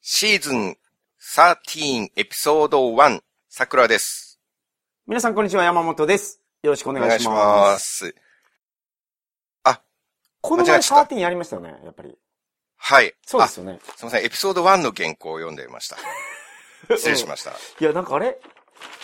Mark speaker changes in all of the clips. Speaker 1: シーズン13エピソード1、桜です。
Speaker 2: 皆さん、こんにちは。山本です。よろしくお
Speaker 1: お
Speaker 2: 願い
Speaker 1: 願い
Speaker 2: し
Speaker 1: し
Speaker 2: ます。
Speaker 1: ます。
Speaker 2: こ
Speaker 1: 間
Speaker 2: の
Speaker 1: 違
Speaker 2: 前、
Speaker 1: えちゃっ
Speaker 2: 13やりましたよね、やっぱり。
Speaker 1: はい。
Speaker 2: そうですよね。
Speaker 1: あすみません、エピソード1の原稿を読んでいました。失礼しました。
Speaker 2: いや、なんかあれ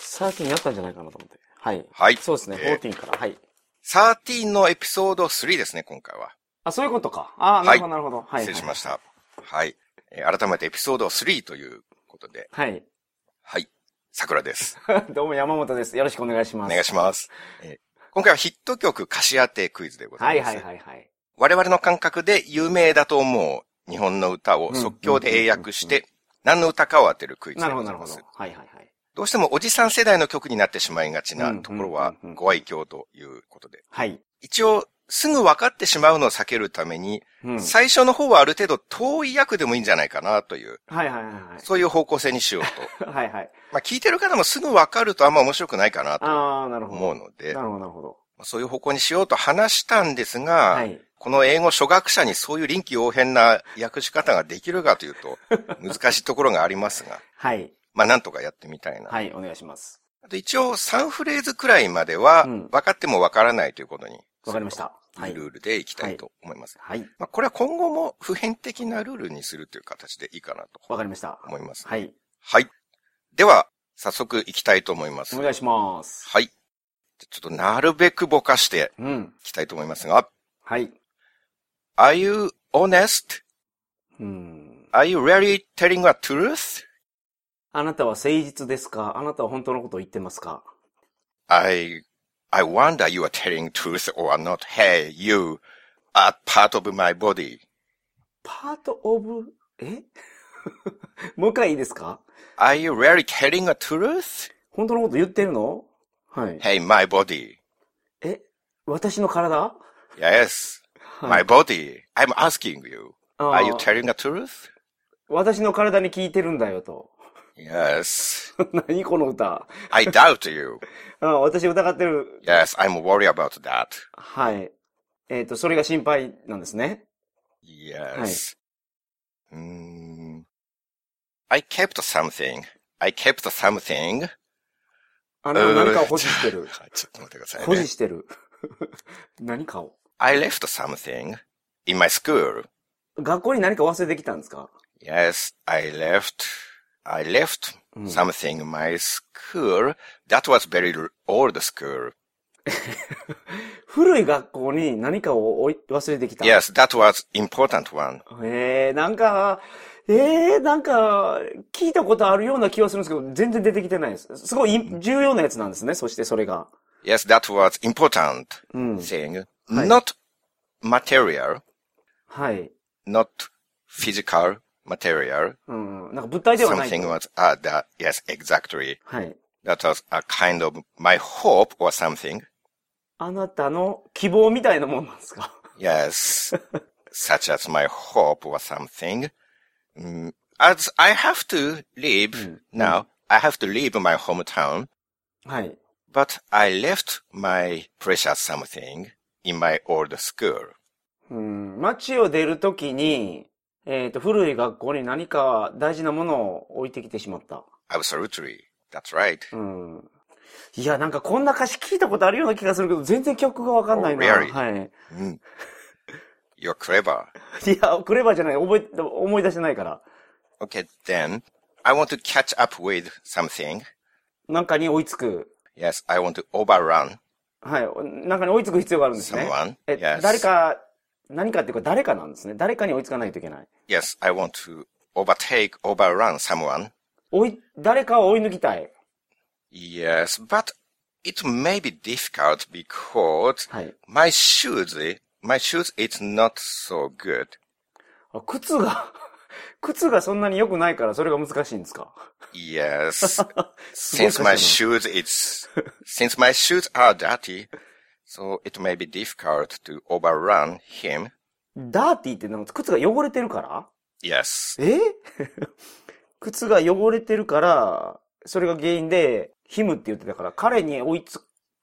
Speaker 2: ?13 やったんじゃないかなと思って。はい。
Speaker 1: はい
Speaker 2: そうですね、
Speaker 1: えー
Speaker 2: 14から。はい。
Speaker 1: 13のエピソード3ですね、今回は。
Speaker 2: あ、そういうことか。あー、なるほど、なるほど。はい。
Speaker 1: 失礼しました。はい。えー改めてエピソード3ということで、
Speaker 2: はい。
Speaker 1: はい。桜です。
Speaker 2: どうも、山本です。よろしくお願いし
Speaker 1: お
Speaker 2: ます。
Speaker 1: 願いします。えー今回はヒット曲歌詞当てクイズでござ
Speaker 2: はいい
Speaker 1: ます。
Speaker 2: はいはいはい。
Speaker 1: 我々の感覚で有名だと思う日本の歌を即興で英訳して、何の歌かを当てるクイズ
Speaker 2: な
Speaker 1: で
Speaker 2: るほ
Speaker 1: ござ
Speaker 2: ど、ないるほ
Speaker 1: ます。。
Speaker 2: どはいはいはい。
Speaker 1: どうしてもおじさん世代の曲になってしまいがちなところ
Speaker 2: う
Speaker 1: は
Speaker 2: んうんうんうん
Speaker 1: ご愛嬌ということで。
Speaker 2: はい。
Speaker 1: 一応、すぐ分かってしまうのを避けるために、
Speaker 2: うん。はい
Speaker 1: 最初の方はある程度遠い役でもいいんじゃないかなという、
Speaker 2: はいはいは
Speaker 1: そういう方向性にし ようと。
Speaker 2: い。はいはい。
Speaker 1: まあ聞いてる方もすぐ分かるとあんま面白くないかなと
Speaker 2: あー、なるほど。
Speaker 1: 思うので、
Speaker 2: な
Speaker 1: ま
Speaker 2: るほど、なるほど。
Speaker 1: あそういう方向にしようと話したんですが、
Speaker 2: はい。
Speaker 1: この英語初学者にそういう臨機応変な訳し方ができるかという と、難しいところがありますが、
Speaker 2: はい。
Speaker 1: まあなんとかやってみたいな。
Speaker 2: はい、お願いします。
Speaker 1: あと一応3フレーズくらいまでは、
Speaker 2: うん
Speaker 1: 分かっても分からないということに、
Speaker 2: わかりました。
Speaker 1: い
Speaker 2: はいい。
Speaker 1: ルールでいきたいと思います。
Speaker 2: はい。
Speaker 1: まあこれは今後も普遍的なルールにするという形でいいかなと
Speaker 2: わかりました。
Speaker 1: 思います。はい。
Speaker 2: はい。
Speaker 1: では、早速いきたいと思います。
Speaker 2: お願いします。
Speaker 1: はい。ちょっとなるべくぼかして
Speaker 2: うん。
Speaker 1: いきたいと思いますが、
Speaker 2: はい。
Speaker 1: Are you honest?
Speaker 2: うん。
Speaker 1: Are you really telling a truth?
Speaker 2: あなたは誠実ですかあなたは本当のことを言ってますか
Speaker 1: I I wonder you are telling truth or not. Hey, you are part of my body.
Speaker 2: パートオブ、え もう一回いいですか
Speaker 1: Are you really telling a truth?
Speaker 2: 本当のこと言ってるのはい。
Speaker 1: Hey, my body.
Speaker 2: え私の体
Speaker 1: Yes,
Speaker 2: は
Speaker 1: my
Speaker 2: い。
Speaker 1: body. I'm asking you.
Speaker 2: あ
Speaker 1: Are
Speaker 2: ー
Speaker 1: you telling a truth?
Speaker 2: 私の体に聞いてるんだよと。
Speaker 1: Yes.
Speaker 2: 何この歌
Speaker 1: I doubt you.
Speaker 2: あー私疑ってる。
Speaker 1: Yes, I'm worried about that.
Speaker 2: はい。えっ、と、それが心配なんですね。
Speaker 1: Yes. Mm. I kept something. I kept something.
Speaker 2: あなたは何かを保持してる。
Speaker 1: ちょっと待ってください、ね。
Speaker 2: 保持してる。 何かを。
Speaker 1: I left something in my school.
Speaker 2: 学校に何か忘れてきたんですか
Speaker 1: Yes, I left. I left
Speaker 2: うん
Speaker 1: something in my school. That was very l- old school.
Speaker 2: 古い学校に何かを置い忘れてきた。
Speaker 1: Yes, that was important one.
Speaker 2: えー、なんか、えー、なんか、聞いたことあるような気はするんですけど、全然出てきてないです。すごいい重要なやつなんですね、そしてそれが。
Speaker 1: Yes, that was important
Speaker 2: うん。
Speaker 1: thing.
Speaker 2: はい
Speaker 1: Not material,
Speaker 2: はい。
Speaker 1: not physical material.
Speaker 2: うん。なんか物体ではないと。
Speaker 1: Something was, ah, that, yes, exactly.
Speaker 2: はい。
Speaker 1: That was a kind of my hope or something.
Speaker 2: あなたの希望みたいなもんなんですか
Speaker 1: Yes, such as my hope or something. Mm, as I have to leave
Speaker 2: Mm,
Speaker 1: now, I have to leave my hometown,
Speaker 2: はい。
Speaker 1: but I left my precious something in my old school.
Speaker 2: うん。街を出るときに、えっ、と、古い学校に何か大事なものを置いてきてしまった。
Speaker 1: Absolutely. That's right.
Speaker 2: Mm. うん。いや、なんかこんな歌詞聞いたことあるような気がするけど、全然曲がわかんないな。
Speaker 1: Oh, really?
Speaker 2: はい。
Speaker 1: Mm. You're clever.
Speaker 2: いや、クレバーじゃない。覚えて、思い出してないから。
Speaker 1: Okay, then I want to catch up with something.
Speaker 2: なんかに追いつく。
Speaker 1: Yes, I want to overrun
Speaker 2: はい。なんかに追いつく必要があるんですね。
Speaker 1: someone.
Speaker 2: え、
Speaker 1: yes.
Speaker 2: 誰か、何かっていうか誰かなんですね。誰かに追いつかないといけない。
Speaker 1: Yes, I want to overtake, overrun someone.
Speaker 2: 追い、誰かを追い抜きたい。
Speaker 1: Yes, but it may be difficult because
Speaker 2: はい。
Speaker 1: my shoes, eh? my shoes is not so good.
Speaker 2: あ靴が、 靴がそんなに良くないからそれが難しいんですか
Speaker 1: Yes,
Speaker 2: ごい
Speaker 1: since
Speaker 2: 賢い
Speaker 1: my
Speaker 2: な
Speaker 1: shoes is, since my shoes are dirty, so it may be difficult to overrun him.
Speaker 2: ダーティーってなんか靴が汚れてるから
Speaker 1: Yes,
Speaker 2: え 靴が汚れてるから、それが原因で、ヒムって言ってたから、彼に追いつ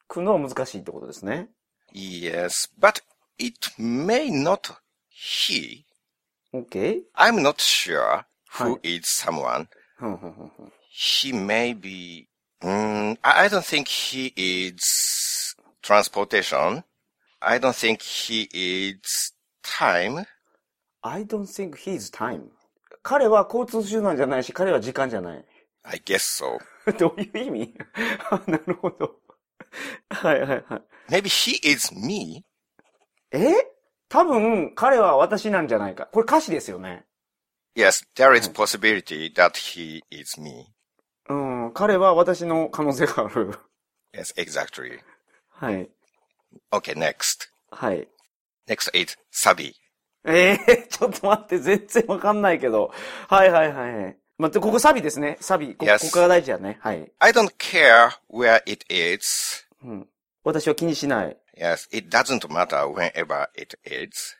Speaker 2: くのは難しいってことですね。
Speaker 1: yes, but it may not he.
Speaker 2: OK?
Speaker 1: I'm not sure who is someone,
Speaker 2: ふんふんふんふん
Speaker 1: he may be, mm, I I don't think he is transportation. I don't think he is time.
Speaker 2: I don't think he's time. 彼は交通手段じゃないし、彼は時間じゃない。
Speaker 1: I guess so.
Speaker 2: どういう意味 あなるほど。はいはいはい。
Speaker 1: Maybe he is me.
Speaker 2: え多分、彼は私なんじゃないか。これ歌詞ですよね。
Speaker 1: Yes, there is possibility that he is me.
Speaker 2: うん、彼は私の可能性がある。
Speaker 1: Yes, exactly.
Speaker 2: はい。
Speaker 1: Okay, next.
Speaker 2: はい。
Speaker 1: Next is Sabi.
Speaker 2: ええ ちょっと待って、全然わかんないけど。はいはいはい。待って、ここサビですね。サビ。ここ
Speaker 1: Yes.
Speaker 2: ここが大事やね。はい。
Speaker 1: I don't care where it is.
Speaker 2: うん。私は気にしない。
Speaker 1: Yes, it doesn't matter whenever it is.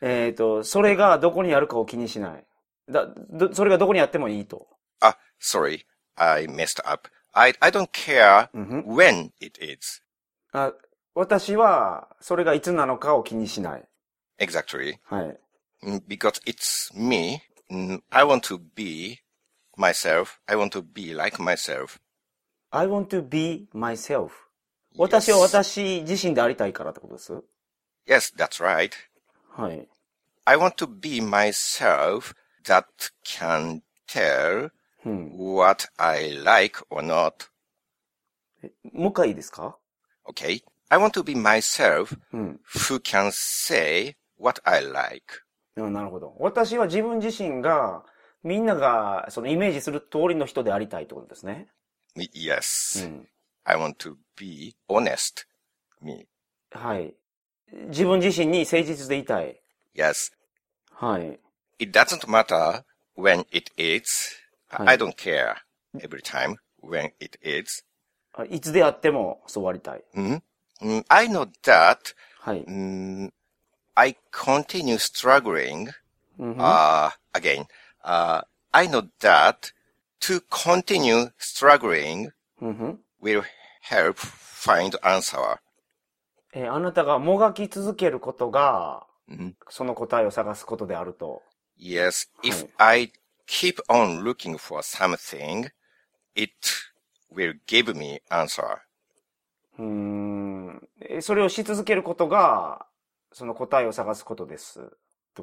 Speaker 2: えっ、と、それがどこにあるかを気にしない。だ、どそれがどこにあってもいいと。
Speaker 1: Ah, sorry, I messed up. I, I don't care
Speaker 2: うんふん
Speaker 1: when it is.
Speaker 2: あ私は、それがいつなのかを気にしない。
Speaker 1: Exactly.
Speaker 2: はい。
Speaker 1: Mm, Because it's me. Mm, I want to be myself. I want to be like myself.
Speaker 2: I want to be myself.
Speaker 1: Yes.
Speaker 2: 私は私自身でありたいからってことです。
Speaker 1: Yes, that's right.
Speaker 2: はい。
Speaker 1: I want to be myself that can tell
Speaker 2: うん。
Speaker 1: what I like or not.
Speaker 2: もう一回いいですか
Speaker 1: Okay. I want to be myself
Speaker 2: うん。
Speaker 1: who can say what I like.
Speaker 2: うんなるほど。私は自分自身が、みんなが、そのイメージする通りの人でありたいってことですね。
Speaker 1: Yes.
Speaker 2: うん。
Speaker 1: I want to be honest. Me.
Speaker 2: はい。自分自身に誠実でいたい。
Speaker 1: Yes.
Speaker 2: はい。
Speaker 1: It doesn't matter when it is. I
Speaker 2: Hi.
Speaker 1: I don't care every time when it is.
Speaker 2: あいつであってもそうありたい。
Speaker 1: Mm? Mm, I know that
Speaker 2: はい。
Speaker 1: mm, I continue struggling
Speaker 2: うんふん
Speaker 1: uh, again. Uh, I know that to continue struggling
Speaker 2: うんふん
Speaker 1: will help find answer.
Speaker 2: えーあなたがもがき続けることが、
Speaker 1: Mm.
Speaker 2: その答えを探すことであると。
Speaker 1: Yes, if
Speaker 2: Hi.
Speaker 1: I keep on looking for something, it will give me answer.
Speaker 2: うーん。えーそれをし続けることが、その答えを探すことです。って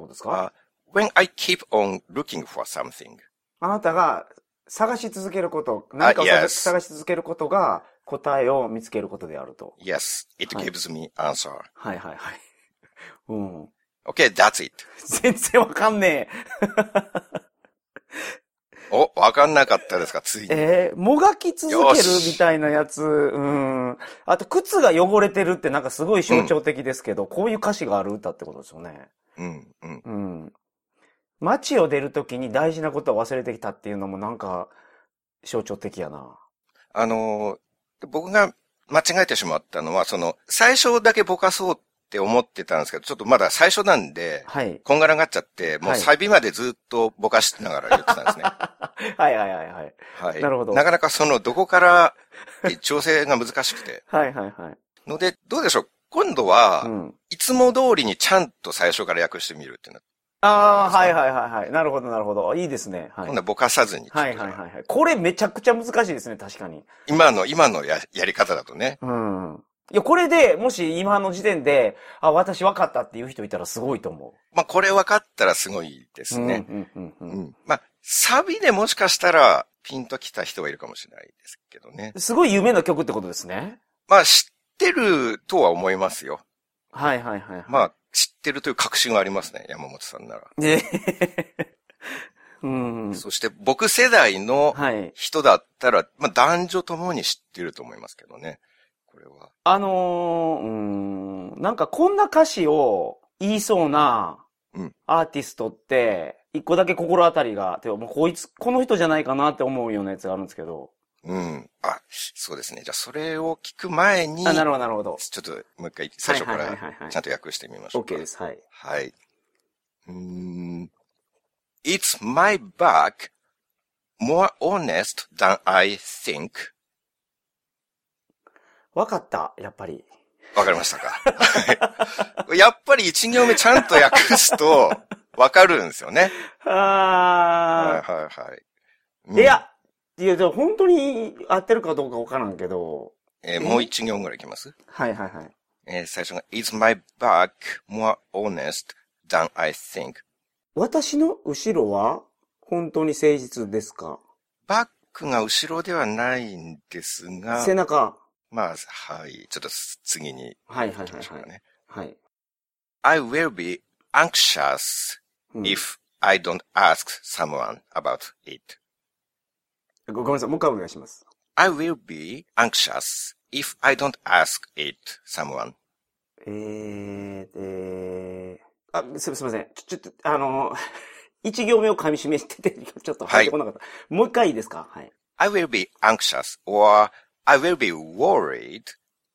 Speaker 2: ことですか
Speaker 1: Uh, when I keep on looking for something,
Speaker 2: あなたが探し続けること、何かを探
Speaker 1: yes.
Speaker 2: 探し続けることが答えを見つけることであると。
Speaker 1: yes, it
Speaker 2: Hi.
Speaker 1: gives me answer.
Speaker 2: はいはいはい。うん。
Speaker 1: Okay, that's it.
Speaker 2: 全然わかんね
Speaker 1: お、Oh, わかんなかったですかつい
Speaker 2: え。
Speaker 1: に。
Speaker 2: えーもがき続
Speaker 1: よ
Speaker 2: ける
Speaker 1: し
Speaker 2: みたいなやつ。うん。あと、靴が汚れてるってなんかすごい象徴的ですけど、こういう歌詞がある歌ってことですよね。
Speaker 1: うん、うん。
Speaker 2: うん。街を出るときに大事なことを忘れてきたっていうのもなんか象徴的やな。
Speaker 1: あのー、僕が間違えてしまったのは、その、最初だけぼかそうって思ってたんですけど、ちょっとまだ最初なんで、
Speaker 2: はい。
Speaker 1: こんがらがっちゃって、もう
Speaker 2: はい
Speaker 1: サビまでずっとぼかしながら言ってたんですね。
Speaker 2: はいはいはいはい。
Speaker 1: はい。
Speaker 2: なるほど
Speaker 1: なかなかその、どこから、え調整が難しくて。
Speaker 2: はいはいはい。
Speaker 1: ので、どうでしょう今度
Speaker 2: う
Speaker 1: は、
Speaker 2: ん。
Speaker 1: いつも通りにちゃんと最初から訳してみるっていうのは、
Speaker 2: ああ、はいはいはいはい。なるほどなるほど。いいですね。はい。
Speaker 1: 今度はぼかさずに。
Speaker 2: はいはいはいはい。これめちゃくちゃ難しいですね、確かに。
Speaker 1: 今の、今のややり方だとね。
Speaker 2: うん。いや、これで、もし今の時点で、あ、私分かったっていう人いたらすごいと思
Speaker 1: まあ、これ分かったらすごいで
Speaker 2: う。
Speaker 1: すね。
Speaker 2: うんうんうん
Speaker 1: う
Speaker 2: うん
Speaker 1: ん。まあ、サビでもしかしたら、ピンときた人はいるかもしれないですけどね。
Speaker 2: すごい夢の曲ってことですね。
Speaker 1: まあ、知ってるとは思いますよ。
Speaker 2: はいはいはいはい。
Speaker 1: まあ、知ってるという確信がありますね、山本さんなら。
Speaker 2: ね うん。
Speaker 1: そして、僕世代の
Speaker 2: はい。
Speaker 1: 人だったら、まあ、男女ともに知ってると思いますけどね。これは。
Speaker 2: あのー、うん、なんかこんな歌詞を言いそうな
Speaker 1: うん
Speaker 2: アーティストって、一個だけ心当たりが、てかもうこいつ、この人じゃないかなって思うようなやつがあるんですけど。
Speaker 1: うん。あ、そうですね。じゃあ、それを聞く前に、
Speaker 2: あ、なるほどなるほど。
Speaker 1: ちょっと、もう一回、最初か
Speaker 2: はい
Speaker 1: ら、
Speaker 2: はいはいはい
Speaker 1: ちゃんと訳してみましょうか。
Speaker 2: OK です。はい。
Speaker 1: はい。うーん。It's my back more honest than I think.
Speaker 2: わかった、やっぱり。
Speaker 1: わかりましたかはいやっぱり一行目ちゃんと訳すと、わかるんですよね。はい
Speaker 2: あ
Speaker 1: はいはいうん。
Speaker 2: ー。いや、いや、でも本当に合ってるかどうかわからんけど。
Speaker 1: えーもう一行ぐらいいきます
Speaker 2: はいはいはい。
Speaker 1: えー最初が Is my back more honest than I think?
Speaker 2: 私の後ろは本当に誠実ですか
Speaker 1: バックが後ろではないんですが
Speaker 2: 背、中。
Speaker 1: まあ、はい。ちょっと次に
Speaker 2: はいは
Speaker 1: 行
Speaker 2: い
Speaker 1: き
Speaker 2: は
Speaker 1: ま
Speaker 2: い
Speaker 1: しょうか
Speaker 2: はい。
Speaker 1: ね。
Speaker 2: はい。
Speaker 1: I will be anxious
Speaker 2: うん
Speaker 1: if I don't ask someone about it.
Speaker 2: ごごめんなさい、もう一回お願いします。
Speaker 1: I will be anxious if I don't ask it someone.
Speaker 2: えー、えー、あ、すすいません。ちょ、ちょっと、あの ー、一行目を噛み締めてて、ちょっと入ってこなかった。もう一回いいですかはい。
Speaker 1: I will be anxious or I will be worried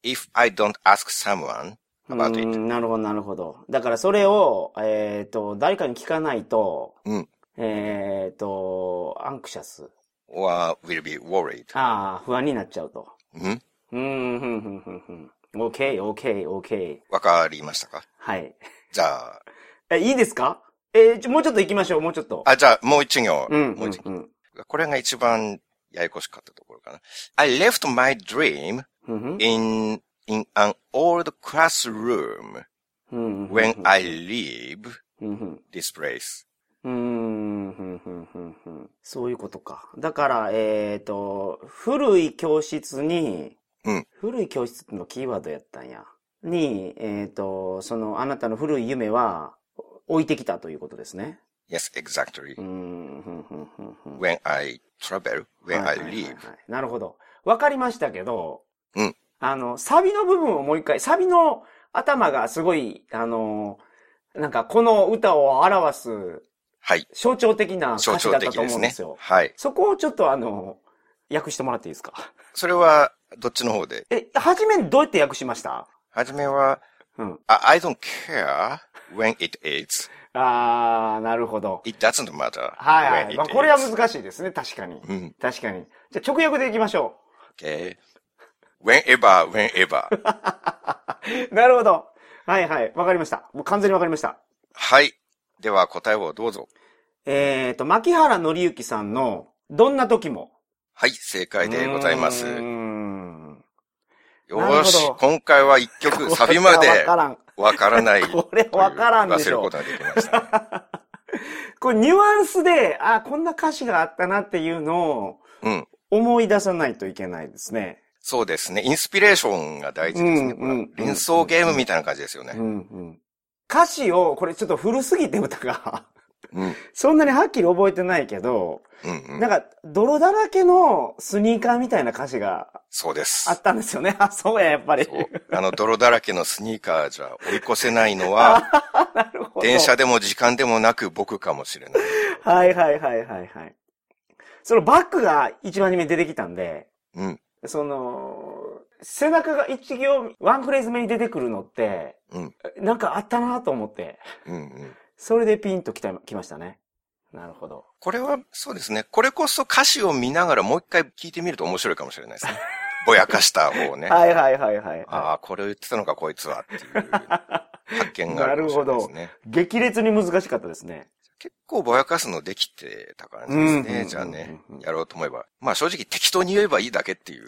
Speaker 1: if I don't ask someone
Speaker 2: う
Speaker 1: about
Speaker 2: ー
Speaker 1: it.
Speaker 2: ん、なるほど、なるほど。だからそれを、えっ、と、誰かに聞かないと、
Speaker 1: うん
Speaker 2: えっ、と、アンクシャス。
Speaker 1: or will be worried. Hmm?
Speaker 2: ああ、不安になっちゃうと。
Speaker 1: うん
Speaker 2: うーん、ふんふんふんふん。OK, OK, OK.
Speaker 1: わかりましたか
Speaker 2: はい。
Speaker 1: じゃあ、
Speaker 2: え、いいですかえーちょもうちょっと行きましょう、もうちょっと。
Speaker 1: あ、じゃあもう一行。
Speaker 2: うん、
Speaker 1: も
Speaker 2: う
Speaker 1: うん一行、
Speaker 2: うん、
Speaker 1: これが一番ややこしかったところかな。I left my dream
Speaker 2: うんうん。
Speaker 1: in, in an old classroom
Speaker 2: うん、
Speaker 1: when I leave
Speaker 2: うんうん。
Speaker 1: this place.
Speaker 2: うーん、ふんふんふんふん。そういうことか。だから、えっ、と、古い教室に、
Speaker 1: うん
Speaker 2: 古い教室ってのがキーワードやったんや。に、えっ、と、その、あなたの古い夢は、置いてきたということですね。
Speaker 1: Yes, exactly.
Speaker 2: うーん、ふんふんふんふん。
Speaker 1: When I travel,
Speaker 2: はい
Speaker 1: when
Speaker 2: は
Speaker 1: I
Speaker 2: いはいはい
Speaker 1: leave.
Speaker 2: なるほど。わかりましたけど、
Speaker 1: うん
Speaker 2: あの、サビの部分をもう一回、サビの頭がすごい、あの、なんかこの歌を表す
Speaker 1: はい。
Speaker 2: 象徴的な
Speaker 1: 象
Speaker 2: 歌詞
Speaker 1: 徴
Speaker 2: だった
Speaker 1: 的
Speaker 2: と
Speaker 1: で
Speaker 2: 思う
Speaker 1: す
Speaker 2: んで
Speaker 1: ね
Speaker 2: すよ。。
Speaker 1: はい。
Speaker 2: そこをちょっとあの、訳してもらっていいですか
Speaker 1: それは、どっちの方で
Speaker 2: え、はじめにどうやって訳しました
Speaker 1: はじめは、
Speaker 2: うん。
Speaker 1: I I don't care when it is.
Speaker 2: あー、なるほど。
Speaker 1: It doesn't matter.
Speaker 2: は
Speaker 1: when
Speaker 2: い、は
Speaker 1: it
Speaker 2: い。まあ、これは
Speaker 1: is.
Speaker 2: 難しいですね、確かに。
Speaker 1: うん。
Speaker 2: 確かに。じゃあ直訳でいきましょ
Speaker 1: Okay. Whenever, whenever.
Speaker 2: う。なるほど。はいはい。わかりました。もう完全にわかりました。
Speaker 1: はい。では答えをどうぞ。
Speaker 2: えーと、牧原紀之さんの、どんな時も。
Speaker 1: はい、正解でございま
Speaker 2: うー
Speaker 1: す。
Speaker 2: ん。
Speaker 1: よ
Speaker 2: なる
Speaker 1: ー
Speaker 2: ほ
Speaker 1: し
Speaker 2: ど、
Speaker 1: 今回は一 曲、サビまで
Speaker 2: これはわからん。
Speaker 1: わから ない。
Speaker 2: これわからんでしょ
Speaker 1: 忘れることができましたね。
Speaker 2: これニュアンスで、あ、こんな歌詞があったなっていうのを
Speaker 1: うん。
Speaker 2: 思い出さないといけないですね。
Speaker 1: そうですね。インスピレーションが大事ですね。
Speaker 2: うん
Speaker 1: これは
Speaker 2: うんうん
Speaker 1: 連想ゲームみたいな感じですよ
Speaker 2: う
Speaker 1: ね。
Speaker 2: んうん。歌詞を、これちょっと古すぎて歌が、
Speaker 1: うん。
Speaker 2: そんなにはっきり覚えてないけど、
Speaker 1: うんう
Speaker 2: なん
Speaker 1: ん。
Speaker 2: か、泥だらけのスニーカーみたいな歌詞が
Speaker 1: そうです
Speaker 2: あ。ったんですよね。あ、 そうや、やっぱり。
Speaker 1: そうあの、泥だらけのスニーカーじゃ追い越せないの は、
Speaker 2: なるほど。
Speaker 1: 電車でも時間でもなく僕かもしれない。
Speaker 2: はいはいはいはいはい。そのバックが一番に目に出てきたんで、
Speaker 1: うん。
Speaker 2: その、背中が一行、ワンフレーズ目に出てくるのって、
Speaker 1: うん。
Speaker 2: なんかあったなと思って、
Speaker 1: うんうん。
Speaker 2: それでピンときた、きましたね。なるほど。
Speaker 1: これは、そうですね。これこそ歌詞を見ながらもう一回聞いてみると面白いかもしれないですね。ぼやかした方をね。
Speaker 2: はいはいはいはい。
Speaker 1: ああ、これを言ってたのか、こいつはって いう発見があるかもしれないですね。
Speaker 2: 激烈に難しかったですね。
Speaker 1: 結構ぼやかすのできてた感じです
Speaker 2: うんうんうんう
Speaker 1: ね。
Speaker 2: ん
Speaker 1: じゃあね、やろうと思えば。まあ正直適当に言えばいいだけって いう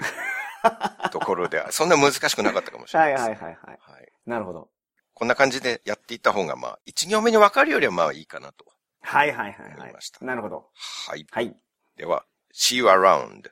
Speaker 1: ところでは、そんな難しくなかったかもしれ
Speaker 2: は
Speaker 1: ない
Speaker 2: い
Speaker 1: です。
Speaker 2: はいはいはい。
Speaker 1: はい
Speaker 2: なるほど。
Speaker 1: こんな感じでやっていった方が、まあ、一行目に分かるよりはまあいいかなと。
Speaker 2: はいはいはい
Speaker 1: わか
Speaker 2: は
Speaker 1: りました
Speaker 2: い。なるほど。
Speaker 1: はい。
Speaker 2: はい。
Speaker 1: では、see you around.